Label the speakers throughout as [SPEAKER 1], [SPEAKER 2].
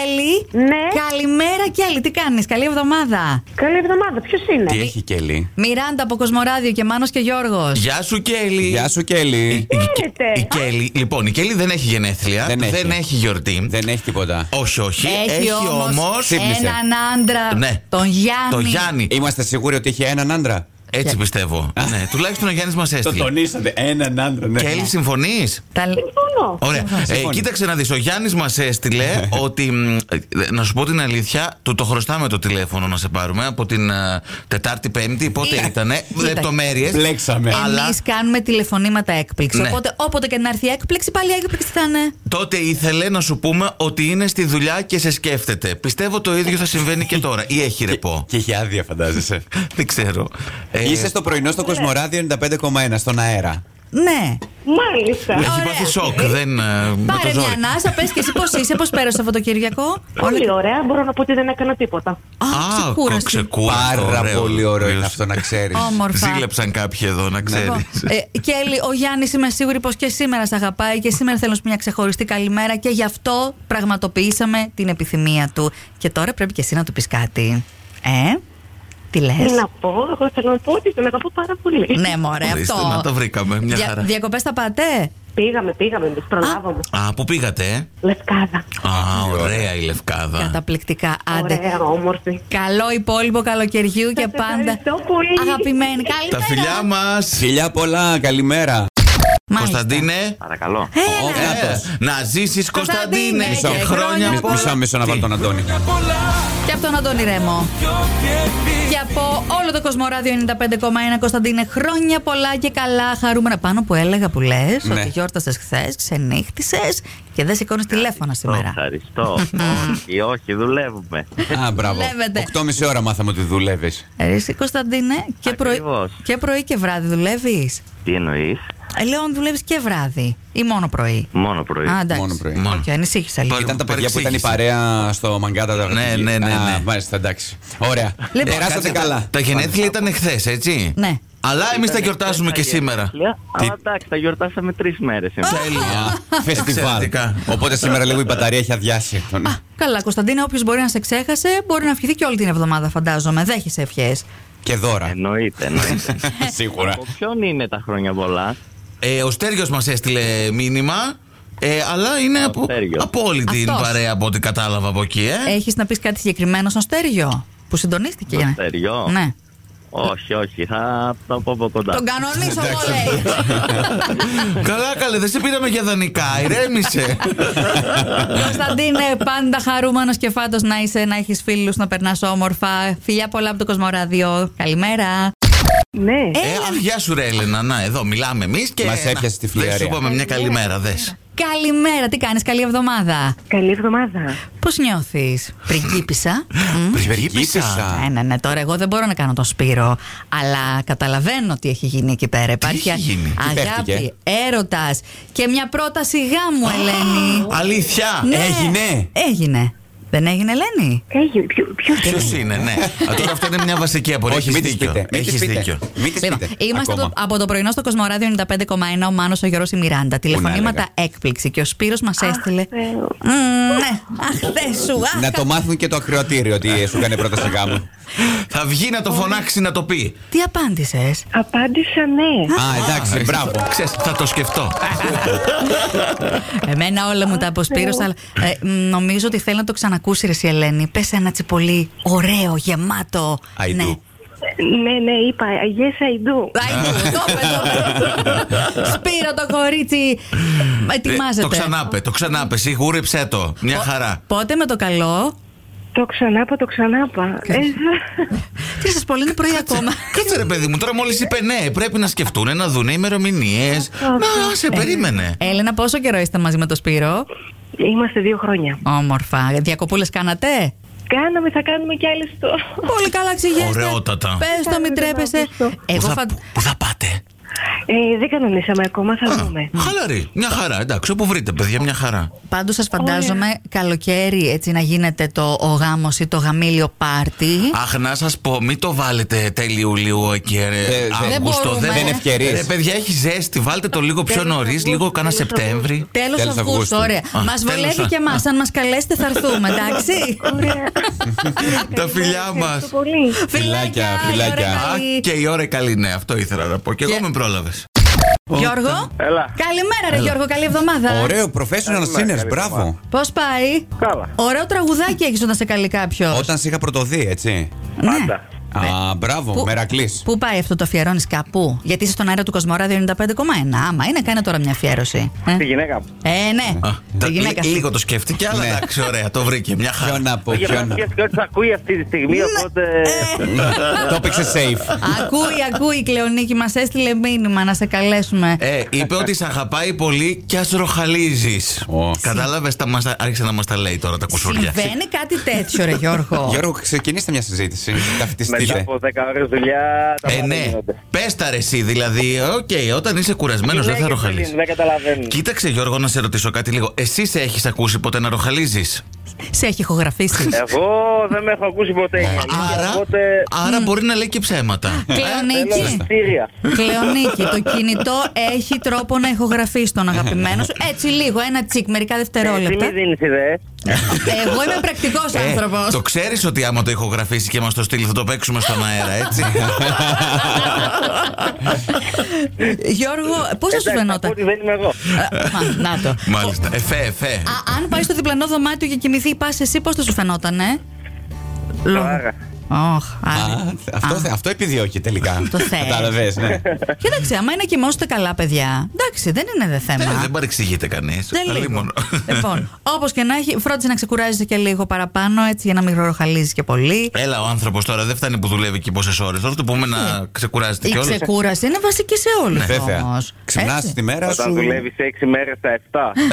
[SPEAKER 1] Κέλλη.
[SPEAKER 2] Ναι.
[SPEAKER 1] Καλημέρα, Κέλλη. Τι κάνεις, καλή εβδομάδα.
[SPEAKER 2] Καλή εβδομάδα. Ποιος είναι?
[SPEAKER 3] Τι έχει Κέλλη.
[SPEAKER 1] Μιράντα από Κοσμοράδιο και Μάνος και Γιώργος.
[SPEAKER 3] Γεια σου Κέλλη.
[SPEAKER 4] Γεια σου, Κέλλη.
[SPEAKER 3] Η- η-
[SPEAKER 2] Χαίρετε.
[SPEAKER 3] Η Κέλλη. Λοιπόν, η Κέλλη δεν έχει γενέθλια.
[SPEAKER 4] Δεν έχει.
[SPEAKER 3] γιορτή.
[SPEAKER 4] Δεν έχει τίποτα.
[SPEAKER 3] Όχι, όχι.
[SPEAKER 1] όμως
[SPEAKER 3] όμως-
[SPEAKER 4] Ξύπνησε.
[SPEAKER 1] έναν άντρα.
[SPEAKER 3] Ναι.
[SPEAKER 1] Τον Γιάννη.
[SPEAKER 3] Το Γιάννη.
[SPEAKER 4] Είμαστε σίγουροι ότι έχει έναν άντρα.
[SPEAKER 3] Έτσι πιστεύω. ναι, τουλάχιστον ο Γιάννης μας έστειλε.
[SPEAKER 4] τονίσατε. Έναν άντρα, ναι.
[SPEAKER 3] Κέλλη, συμφωνείς.
[SPEAKER 1] Τα...
[SPEAKER 2] Συμφωνώ.
[SPEAKER 3] Ωραία. Ε,
[SPEAKER 4] συμφωνώ.
[SPEAKER 3] κοίταξε να δεις. Ο Γιάννης μας έστειλε
[SPEAKER 4] Ναι.
[SPEAKER 3] ότι. μ, ε, Να σου πω την αλήθεια, του το χρωστάμε το τηλέφωνο να σε πάρουμε από την ε, Τετάρτη, Πέμπτη. Πότε
[SPEAKER 1] Ε,
[SPEAKER 3] ήταν.
[SPEAKER 1] κοίτα.
[SPEAKER 3] Λεπτομέρειες.
[SPEAKER 4] Μπλέξαμε.
[SPEAKER 3] Αλλά
[SPEAKER 1] Εμείς κάνουμε τηλεφωνήματα έκπληξη.
[SPEAKER 3] Ναι.
[SPEAKER 1] Οπότε όποτε και να έρθει η έκπληξη, πάλι η έκπληξη θα είναι.
[SPEAKER 3] Τότε ήθελε να σου πούμε ότι είναι στη δουλειά και σε σκέφτεται. Πιστεύω το ίδιο θα συμβαίνει και τώρα. Ή έχει ρεπό.
[SPEAKER 4] Και έχει άδεια, φαντάζεσαι.
[SPEAKER 3] Δεν ξέρω. Ε,
[SPEAKER 4] Είσαι στο πρωινό στο Κοσμοράδιο 95,1 στον αέρα.
[SPEAKER 1] Ναι.
[SPEAKER 2] Μάλιστα.
[SPEAKER 3] Έχει
[SPEAKER 1] Ωραία.
[SPEAKER 3] πάθει σοκ. Δεν. ε, με
[SPEAKER 1] Πάρε
[SPEAKER 3] το
[SPEAKER 1] μια
[SPEAKER 3] ζόρι.
[SPEAKER 1] ανάσα, πες και εσύ πώς είσαι, πώς πέρασε το Σαββατοκύριακο.
[SPEAKER 2] Πολύ ωραία. Μπορώ να πω ότι δεν έκανα τίποτα.
[SPEAKER 1] Α, ξεκούραστη.
[SPEAKER 3] ξεκούραστο,
[SPEAKER 4] Πάρα πολύ ωραίο είναι
[SPEAKER 3] Βεβαίως.
[SPEAKER 4] αυτό να ξέρεις.
[SPEAKER 1] Όμορφα.
[SPEAKER 3] Ζήλεψαν κάποιοι εδώ, να
[SPEAKER 1] Λοιπόν,
[SPEAKER 3] ξέρεις.
[SPEAKER 1] ε, Κέλλη, ο Γιάννης είμαι σίγουρη πως και σήμερα σε αγαπάει και σήμερα θέλω να σου πει μια ξεχωριστή καλημέρα και γι' αυτό πραγματοποιήσαμε την επιθυμία του. Και τώρα πρέπει και εσύ να του πεις κάτι. Ε, τι λες.
[SPEAKER 2] Τι να πω, εγώ θέλω να πω ότι τον αγαπώ πάρα πολύ.
[SPEAKER 1] Ε. Ναι, μωρέ,
[SPEAKER 3] Ορίστε,
[SPEAKER 1] αυτό.
[SPEAKER 3] να το βρήκαμε, μια χαρά.
[SPEAKER 1] Διακοπές θα πάτε.
[SPEAKER 2] Πήγαμε, πήγαμε, εμεί προλάβαμε.
[SPEAKER 3] Α, πού πήγατε, ε?
[SPEAKER 2] Λευκάδα.
[SPEAKER 3] Α, ωραία η λευκάδα.
[SPEAKER 1] Καταπληκτικά. Άντε.
[SPEAKER 2] Ωραία, όμορφη.
[SPEAKER 1] Καλό υπόλοιπο καλοκαιριού και πάντα.
[SPEAKER 2] ευχαριστώ πολύ.
[SPEAKER 1] Αγαπημένη.
[SPEAKER 3] Τα
[SPEAKER 1] Καλημέρα.
[SPEAKER 3] φιλιά μας.
[SPEAKER 4] Φιλιά πολλά, καλημέρα.
[SPEAKER 1] Μάλιστα.
[SPEAKER 3] Κωνσταντίνε.
[SPEAKER 5] Παρακαλώ.
[SPEAKER 4] Ο
[SPEAKER 1] Έλα.
[SPEAKER 4] Κάτος.
[SPEAKER 3] Ε, Να ζήσεις, Κωνσταντίνε.
[SPEAKER 1] Κωνσταντίνε,
[SPEAKER 3] Και
[SPEAKER 1] και
[SPEAKER 3] χρόνια
[SPEAKER 1] χρόνια
[SPEAKER 4] Μισό,
[SPEAKER 3] πολλά.
[SPEAKER 4] Μισό, μισό να
[SPEAKER 3] Τι?
[SPEAKER 4] βάλω τον Αντώνη.
[SPEAKER 1] Και από τον Αντώνη Ρέμο. Και από όλο το Κοσμοράδιο 95,1 Κωνσταντίνε, χρόνια πολλά και καλά. Χαρούμενα πάνω που έλεγα που λες
[SPEAKER 4] Ναι.
[SPEAKER 1] ότι γιόρτασες χθες, ξενύχτησες και δεν σηκώνεις τηλέφωνα σήμερα.
[SPEAKER 5] Ευχαριστώ. όχι, όχι, δουλεύουμε.
[SPEAKER 4] Α, μπράβο.
[SPEAKER 1] Δουλεύετε.
[SPEAKER 4] 8,5 ώρα μάθαμε ότι δουλεύεις.
[SPEAKER 1] Ε, Εσύ Κωνσταντίνε, και πρωί,
[SPEAKER 5] Ακριβώς.
[SPEAKER 1] και πρωί και βράδυ δουλεύεις.
[SPEAKER 5] Τι εννοείς,
[SPEAKER 1] Λέω αν δουλεύεις και βράδυ ή μόνο πρωί.
[SPEAKER 5] μόνο πρωί.
[SPEAKER 1] Α, εντάξει.
[SPEAKER 4] Μόνο πρωί.
[SPEAKER 3] Μόνο.
[SPEAKER 1] Οκ, ανησύχησα λίγο.
[SPEAKER 3] Πάλι-
[SPEAKER 4] Ήταν τα παιδιά που ήταν η
[SPEAKER 3] παρεξήγησε.
[SPEAKER 4] παρέα στο Μαγκάτα. τα
[SPEAKER 3] Ναι, ναι, ναι,
[SPEAKER 4] Α,
[SPEAKER 3] ναι.
[SPEAKER 4] Μάλιστα, εντάξει. Ωραία.
[SPEAKER 1] Λοιπόν,
[SPEAKER 4] Περάσατε καλά.
[SPEAKER 3] Τα γενέθλια ήταν χθες, έτσι.
[SPEAKER 1] Ναι.
[SPEAKER 3] Αλλά εμείς τα
[SPEAKER 5] Ήταν
[SPEAKER 3] γιορτάζουμε και
[SPEAKER 5] χθες τα
[SPEAKER 3] σήμερα.
[SPEAKER 5] γενέθλια, Αλλά εντάξει, τα γιορτάσαμε τρεις μέρες.
[SPEAKER 3] Τέλεια.
[SPEAKER 4] Φεστιβάλ.
[SPEAKER 3] Εξαιρετικά.
[SPEAKER 4] Οπότε σήμερα λίγο η μπαταρία έχει αδειάσει.
[SPEAKER 1] Α, καλά, Κωνσταντίνε, όποιος μπορεί να σε ξέχασε, μπορεί να ευχηθεί και όλη την εβδομάδα, φαντάζομαι. Δέχεσαι ευχές.
[SPEAKER 4] Και δώρα.
[SPEAKER 5] Εννοείται, εννοείται.
[SPEAKER 4] Σίγουρα.
[SPEAKER 5] Από ποιον είναι τα χρόνια πολλά.
[SPEAKER 3] Ε, ο Στέργιος μας έστειλε μήνυμα. Ε, αλλά είναι από,
[SPEAKER 5] Στέργιος.
[SPEAKER 3] από όλη την
[SPEAKER 1] Αυτός.
[SPEAKER 3] παρέα από ό,τι κατάλαβα από εκεί, ε.
[SPEAKER 1] Έχεις να πεις κάτι συγκεκριμένο στον Στέργιο που συντονίστηκε.
[SPEAKER 5] Στον Στέργιο?
[SPEAKER 1] Ναι.
[SPEAKER 5] όχι, όχι, θα το πω από κοντά.
[SPEAKER 1] Τον κανονίζω εγώ, λέει.
[SPEAKER 3] Καλά, καλέ, δεν σε πήραμε για δανεικά. Ηρέμησε.
[SPEAKER 1] Κωνσταντίνε, πάντα χαρούμενος και φάντος να είσαι, να έχεις φίλους, να περνάς όμορφα. Φιλιά πολλά από το Κοσμοράδιο. Καλημέρα.
[SPEAKER 2] Ναι.
[SPEAKER 3] ε, αχ, γεια σου, ρε Έλενα. Να, εδώ μιλάμε εμείς και.
[SPEAKER 4] Μας
[SPEAKER 3] να,
[SPEAKER 4] έπιασε τη φλιαρία.
[SPEAKER 3] Δεν σου είπαμε μια καλή μέρα,
[SPEAKER 1] Ναι.
[SPEAKER 3] δες.
[SPEAKER 1] Καλημέρα, τι κάνεις, καλή εβδομάδα.
[SPEAKER 2] Καλή εβδομάδα.
[SPEAKER 1] Πώς νιώθεις, Πριγκίπισσα. Μμ.
[SPEAKER 4] Πριγκίπισσα.
[SPEAKER 1] Ναι, ναι, ναι, τώρα εγώ δεν μπορώ να κάνω τον Σπύρο, αλλά καταλαβαίνω τι έχει γίνει εκεί πέρα. Υπάρχει
[SPEAKER 3] έχει γίνει, τι
[SPEAKER 1] αγάπη,
[SPEAKER 4] παίχτηκε?
[SPEAKER 1] έρωτας και μια πρόταση γάμου, Ελένη.
[SPEAKER 3] Αλήθεια.
[SPEAKER 1] Ναι.
[SPEAKER 4] έγινε?
[SPEAKER 1] Έγινε. Δεν έγινε, Ελένη.
[SPEAKER 2] Έγινε. Ποιο ποιος είναι?
[SPEAKER 3] Ποιο είναι, ναι. Α, τώρα αυτό είναι μια βασική απορία.
[SPEAKER 4] Όχι, μην
[SPEAKER 3] Έχεις
[SPEAKER 4] της
[SPEAKER 3] δίκιο.
[SPEAKER 4] πείτε. Μην της
[SPEAKER 3] Έχεις
[SPEAKER 4] πείτε.
[SPEAKER 3] δίκιο.
[SPEAKER 4] Μην της
[SPEAKER 1] Λοιπόν,
[SPEAKER 4] πείτε.
[SPEAKER 1] είμαστε
[SPEAKER 4] Ακόμα.
[SPEAKER 1] το- από το πρωινό στο Κοσμοράδιο 95,1 ο Μάνος, ο Γιώργος, η Μιράντα. Τηλεφωνήματα έκπληξη και ο Σπύρος μας έστειλε.
[SPEAKER 2] Θεέ.
[SPEAKER 1] Μμ, Ναι, αχ, θε σου, αχ.
[SPEAKER 4] Να το μάθουν και το ακροατήριο ότι σου κάνει πρόταση γάμου.
[SPEAKER 3] Θα βγει να το φωνάξει να το πει.
[SPEAKER 1] Τι απάντησες.
[SPEAKER 2] Απάντησα ναι.
[SPEAKER 4] Α, εντάξει, μπράβο.
[SPEAKER 3] Ξέρεις, θα το σκεφτώ.
[SPEAKER 1] Εμένα όλα μου τα από Σπύρος, αλλά ε, μ, νομίζω ότι θέλει να το ξανακούσει ρε, εσύ, Ελένη. Πες ένα τσιπολί ωραίο, γεμάτο.
[SPEAKER 4] I
[SPEAKER 1] Ναι.
[SPEAKER 4] do.
[SPEAKER 2] Ναι, ναι, είπα. Yes, I do.
[SPEAKER 1] I do, το είπε, το είπε. Σπύρο το κορίτσι. Ετοιμάζεται.
[SPEAKER 3] Ε, Το ξανάπε, το ξανάπε. Σιγούρεψε το. Μια χαρά.
[SPEAKER 1] Πότε με το καλό.
[SPEAKER 2] Το ξανάπα, το ξανάπα. Ε,
[SPEAKER 1] Τι σας πω, είναι πρωί ακόμα.
[SPEAKER 3] Κάτσε ρε παιδί μου, τώρα μόλις είπε ναι, πρέπει να σκεφτούν, να δουν ημερομηνίε. Να, σε περίμενε.
[SPEAKER 1] Έλενα, πόσο καιρό είστε μαζί με το Σπύρο.
[SPEAKER 2] Ε, Είμαστε δύο χρόνια.
[SPEAKER 1] Όμορφα. Διακοπούλες κάνατε.
[SPEAKER 2] Κάναμε, θα κάνουμε κι άλλες το.
[SPEAKER 1] Πολύ καλά ξηγέστε.
[SPEAKER 3] Ωραιότατα.
[SPEAKER 1] Πες το, μην τρέπεσαι.
[SPEAKER 2] Ευχαριστώ.
[SPEAKER 1] Εγώ
[SPEAKER 3] Πού θα-
[SPEAKER 1] φαν-
[SPEAKER 3] Πού θα πάτε.
[SPEAKER 2] Ε, δεν κανονίσαμε ακόμα, θα δούμε.
[SPEAKER 3] Χαλαρή. Μια χαρά. Εντάξει, όπου βρείτε, παιδιά, μια χαρά.
[SPEAKER 1] Πάντως σας φαντάζομαι καλοκαίρι έτσι να γίνεται το ο γάμος ή το γαμήλιο πάρτι.
[SPEAKER 3] Αχ, να σας πω, μην το βάλετε τέλη Ιουλίου και
[SPEAKER 4] Ε, δεν-
[SPEAKER 3] Αύγουστο.
[SPEAKER 1] μπορούμε.
[SPEAKER 4] Δεν ευκαιρείς.
[SPEAKER 3] Ρε, παιδιά, έχει ζέστη. Βάλτε το λίγο πιο
[SPEAKER 2] Τέλος
[SPEAKER 3] νωρίς,
[SPEAKER 2] Αυγούστου,
[SPEAKER 3] λίγο κάνα
[SPEAKER 2] τέλος
[SPEAKER 3] Σεπτέμβρη.
[SPEAKER 1] Τέλος
[SPEAKER 4] Τέλος
[SPEAKER 1] Αυγούστου,
[SPEAKER 4] Αυγούστου.
[SPEAKER 1] ωραία.
[SPEAKER 3] Α,
[SPEAKER 1] Μας
[SPEAKER 3] τέλος
[SPEAKER 1] βολεύει
[SPEAKER 3] Α-
[SPEAKER 1] και εμάς, αν μας καλέσετε θα έρθουμε, εντάξει.
[SPEAKER 2] Ωραία.
[SPEAKER 3] Τα φιλιά μα.
[SPEAKER 2] Ευχαριστώ πολύ.
[SPEAKER 4] Φιλάκια,
[SPEAKER 1] η ώρα
[SPEAKER 4] φιλάκια.
[SPEAKER 1] καλή.
[SPEAKER 3] Και η ώρα καλή, ναι, αυτό ήθελα να πω. Και εγώ
[SPEAKER 1] Και-
[SPEAKER 3] με πρόλαβες.
[SPEAKER 1] Γιώργο.
[SPEAKER 5] Έλα.
[SPEAKER 1] Καλημέρα, ρε Γιώργο, καλή εβδομάδα.
[SPEAKER 4] Ωραίο, professional singers, μπράβο.
[SPEAKER 1] Πώς πάει.
[SPEAKER 5] Καλά.
[SPEAKER 1] Ωραίο τραγουδάκι έχεις όταν σε καλεί Ναι. κάποιος.
[SPEAKER 4] Όταν σε είχα πρωτοδεί, έτσι.
[SPEAKER 5] Πάντα.
[SPEAKER 4] Α, μπράβο, μερακλής.
[SPEAKER 1] Πού πάει αυτό το αφιερώνεις κάπου. Γιατί είσαι στον αέρα του Κοσμοράδιο 95,1. Άμα είναι, κάνε τώρα μια αφιέρωση. Ε,
[SPEAKER 5] Τη γυναίκα μου.
[SPEAKER 1] ε ναι.
[SPEAKER 3] Α,
[SPEAKER 1] Τη
[SPEAKER 3] τα-
[SPEAKER 1] γυναίκα
[SPEAKER 3] λι-
[SPEAKER 1] σου.
[SPEAKER 3] Λίγο το σκέφτηκε, αλλά
[SPEAKER 4] Ναι.
[SPEAKER 3] εντάξει, ωραία, το βρήκε. Μια
[SPEAKER 4] Ποιο
[SPEAKER 3] χαρά.
[SPEAKER 4] να πω, ποιο να.
[SPEAKER 5] Γιατί ότι θα ακούει αυτή τη
[SPEAKER 1] Ναι.
[SPEAKER 5] στιγμή, οπότε.
[SPEAKER 1] Ε.
[SPEAKER 4] Το έπαιξε safe.
[SPEAKER 1] Ακούει, ακούει η Κλεονίκη, μας έστειλε μήνυμα να σε καλέσουμε.
[SPEAKER 3] Ε, είπε ότι σε αγαπάει πολύ και ας ροχαλίζεις.
[SPEAKER 4] Ω.
[SPEAKER 3] Κατάλαβες, άρχισε να μας τα λέει τώρα τα κουσούρια.
[SPEAKER 1] Συμβαίνει κάτι τέτοιο, ρε Γιώργο.
[SPEAKER 4] Γιώργο, ξεκινήστε μια συζήτηση.
[SPEAKER 5] Μετά
[SPEAKER 4] Καυτιστείτε.
[SPEAKER 5] από 10 ώρες δουλειά. τα
[SPEAKER 3] Ε,
[SPEAKER 5] πάντα
[SPEAKER 3] ναι.
[SPEAKER 5] γίνονται.
[SPEAKER 3] Πες τα ρε, εσύ. Δηλαδή, οκ, όταν είσαι κουρασμένος, δεν θα
[SPEAKER 5] Γυναίκες
[SPEAKER 3] ροχαλίζει.
[SPEAKER 5] Δεν καταλαβαίνουν.
[SPEAKER 3] Κοίταξε, Γιώργο, να σε ρωτήσω κάτι λίγο. Εσύ σε έχεις ακούσει ποτέ να ροχαλίζεις.
[SPEAKER 1] σε έχει ηχογραφήσει.
[SPEAKER 5] Εγώ δεν με έχω ακούσει ποτέ. η αλήθεια,
[SPEAKER 3] Ε, Άρα, ναι,
[SPEAKER 5] Οπότε.
[SPEAKER 3] άρα μπορεί να λέει και ψέματα.
[SPEAKER 5] Θέλω
[SPEAKER 1] Κλεονίκη.
[SPEAKER 5] μυστήρια.
[SPEAKER 1] Κλεονίκη, το κινητό έχει τρόπο να ηχογραφείς τον αγαπημένο σου. Έτσι λίγο, ένα τσικ, μερικά
[SPEAKER 5] Εσύ
[SPEAKER 1] δευτερόλεπτα.
[SPEAKER 5] μη δίνεις ιδέες.
[SPEAKER 1] Εγώ είμαι πρακτικός
[SPEAKER 3] Ε, το
[SPEAKER 1] άνθρωπο.
[SPEAKER 3] ξέρεις ότι άμα το ηχογραφήσει και μας το στείλει, θα το παίξουμε στον αέρα, έτσι.
[SPEAKER 1] Γιώργο, πώς θα σου
[SPEAKER 5] Εντάξει,
[SPEAKER 1] φαινόταν.
[SPEAKER 5] θα πω ότι δεν είμαι εγώ.
[SPEAKER 1] Ε, μα, Να το.
[SPEAKER 3] Μάλιστα. Ε, Εφέ, εφέ.
[SPEAKER 1] Α, αν πάει στο διπλανό δωμάτιο και κοιμηθεί, πα εσύ, πώς θα σου φαινόταν, ε.
[SPEAKER 5] Άραγα.
[SPEAKER 1] Ωχ,
[SPEAKER 4] Α,
[SPEAKER 1] άραγα.
[SPEAKER 4] αυτό,
[SPEAKER 1] Α.
[SPEAKER 4] αυτό επιδιώκει τελικά.
[SPEAKER 1] Το θέλει.
[SPEAKER 4] Κατάλαβες, ναι.
[SPEAKER 1] Κοίταξε, άμα είναι κοιμώστε καλά, παιδιά. Εντάξει, δεν είναι δε
[SPEAKER 3] Ε,
[SPEAKER 1] θέμα.
[SPEAKER 3] Δεν παρεξηγείται κανείς.
[SPEAKER 1] Δεν λίγο. Λοιπόν, όπως και να έχει, φρόντισε να ξεκουράζεσαι και λίγο παραπάνω, έτσι για να μην ροχαλίζει και πολύ.
[SPEAKER 3] Έλα, ο άνθρωπος τώρα δεν φτάνει που δουλεύει εκεί πόσες ώρες. Τώρα του πούμε να ξεκουράζεται
[SPEAKER 1] Η
[SPEAKER 3] κιόλα.
[SPEAKER 1] ξεκούραση είναι βασική σε όλους
[SPEAKER 4] Ναι. Βέβαια.
[SPEAKER 1] όμως.
[SPEAKER 4] Ξυπνάς τη μέρα σου.
[SPEAKER 5] Όταν δουλεύει 6 μέρες στα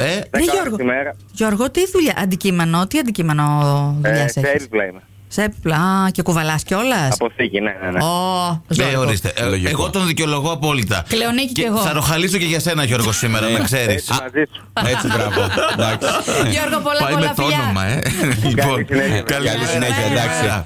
[SPEAKER 5] 7.
[SPEAKER 3] Ε,
[SPEAKER 1] Ρε
[SPEAKER 5] δέκα
[SPEAKER 1] Ναι, Γιώργο,
[SPEAKER 5] ώρες τη μέρα.
[SPEAKER 1] Γιώργο, τι δουλειά, αντικείμενο, τι αντικείμενο δουλειά
[SPEAKER 5] Ε,
[SPEAKER 1] έχει.
[SPEAKER 5] σε έπιπλα είμαι.
[SPEAKER 1] Σε πλά και κουβαλάς κιόλας.
[SPEAKER 5] Αποθήκη, ναι, ναι, ναι.
[SPEAKER 1] Ω,
[SPEAKER 3] Ναι,
[SPEAKER 1] Γιώργο.
[SPEAKER 3] ορίστε. Ε,
[SPEAKER 4] Λογικό.
[SPEAKER 3] Εγώ τον δικαιολογώ απόλυτα.
[SPEAKER 1] Κλεονίκη κι εγώ.
[SPEAKER 3] Θα ροχαλίσω και για σένα, Γιώργο, σήμερα,
[SPEAKER 4] Ναι.
[SPEAKER 3] να ξέρεις.
[SPEAKER 5] Έτσι μαζί σου.
[SPEAKER 4] Έτσι, μπράβο. Εντάξει.
[SPEAKER 1] Γιώργο, πολλά
[SPEAKER 3] Πάει
[SPEAKER 1] πολλά
[SPEAKER 3] με το
[SPEAKER 1] φιλιά.
[SPEAKER 3] όνομα, ε. λοιπόν,
[SPEAKER 5] συνέχεια,
[SPEAKER 4] Καλή συνέχεια,
[SPEAKER 1] Καλημέρα.
[SPEAKER 4] εντάξει.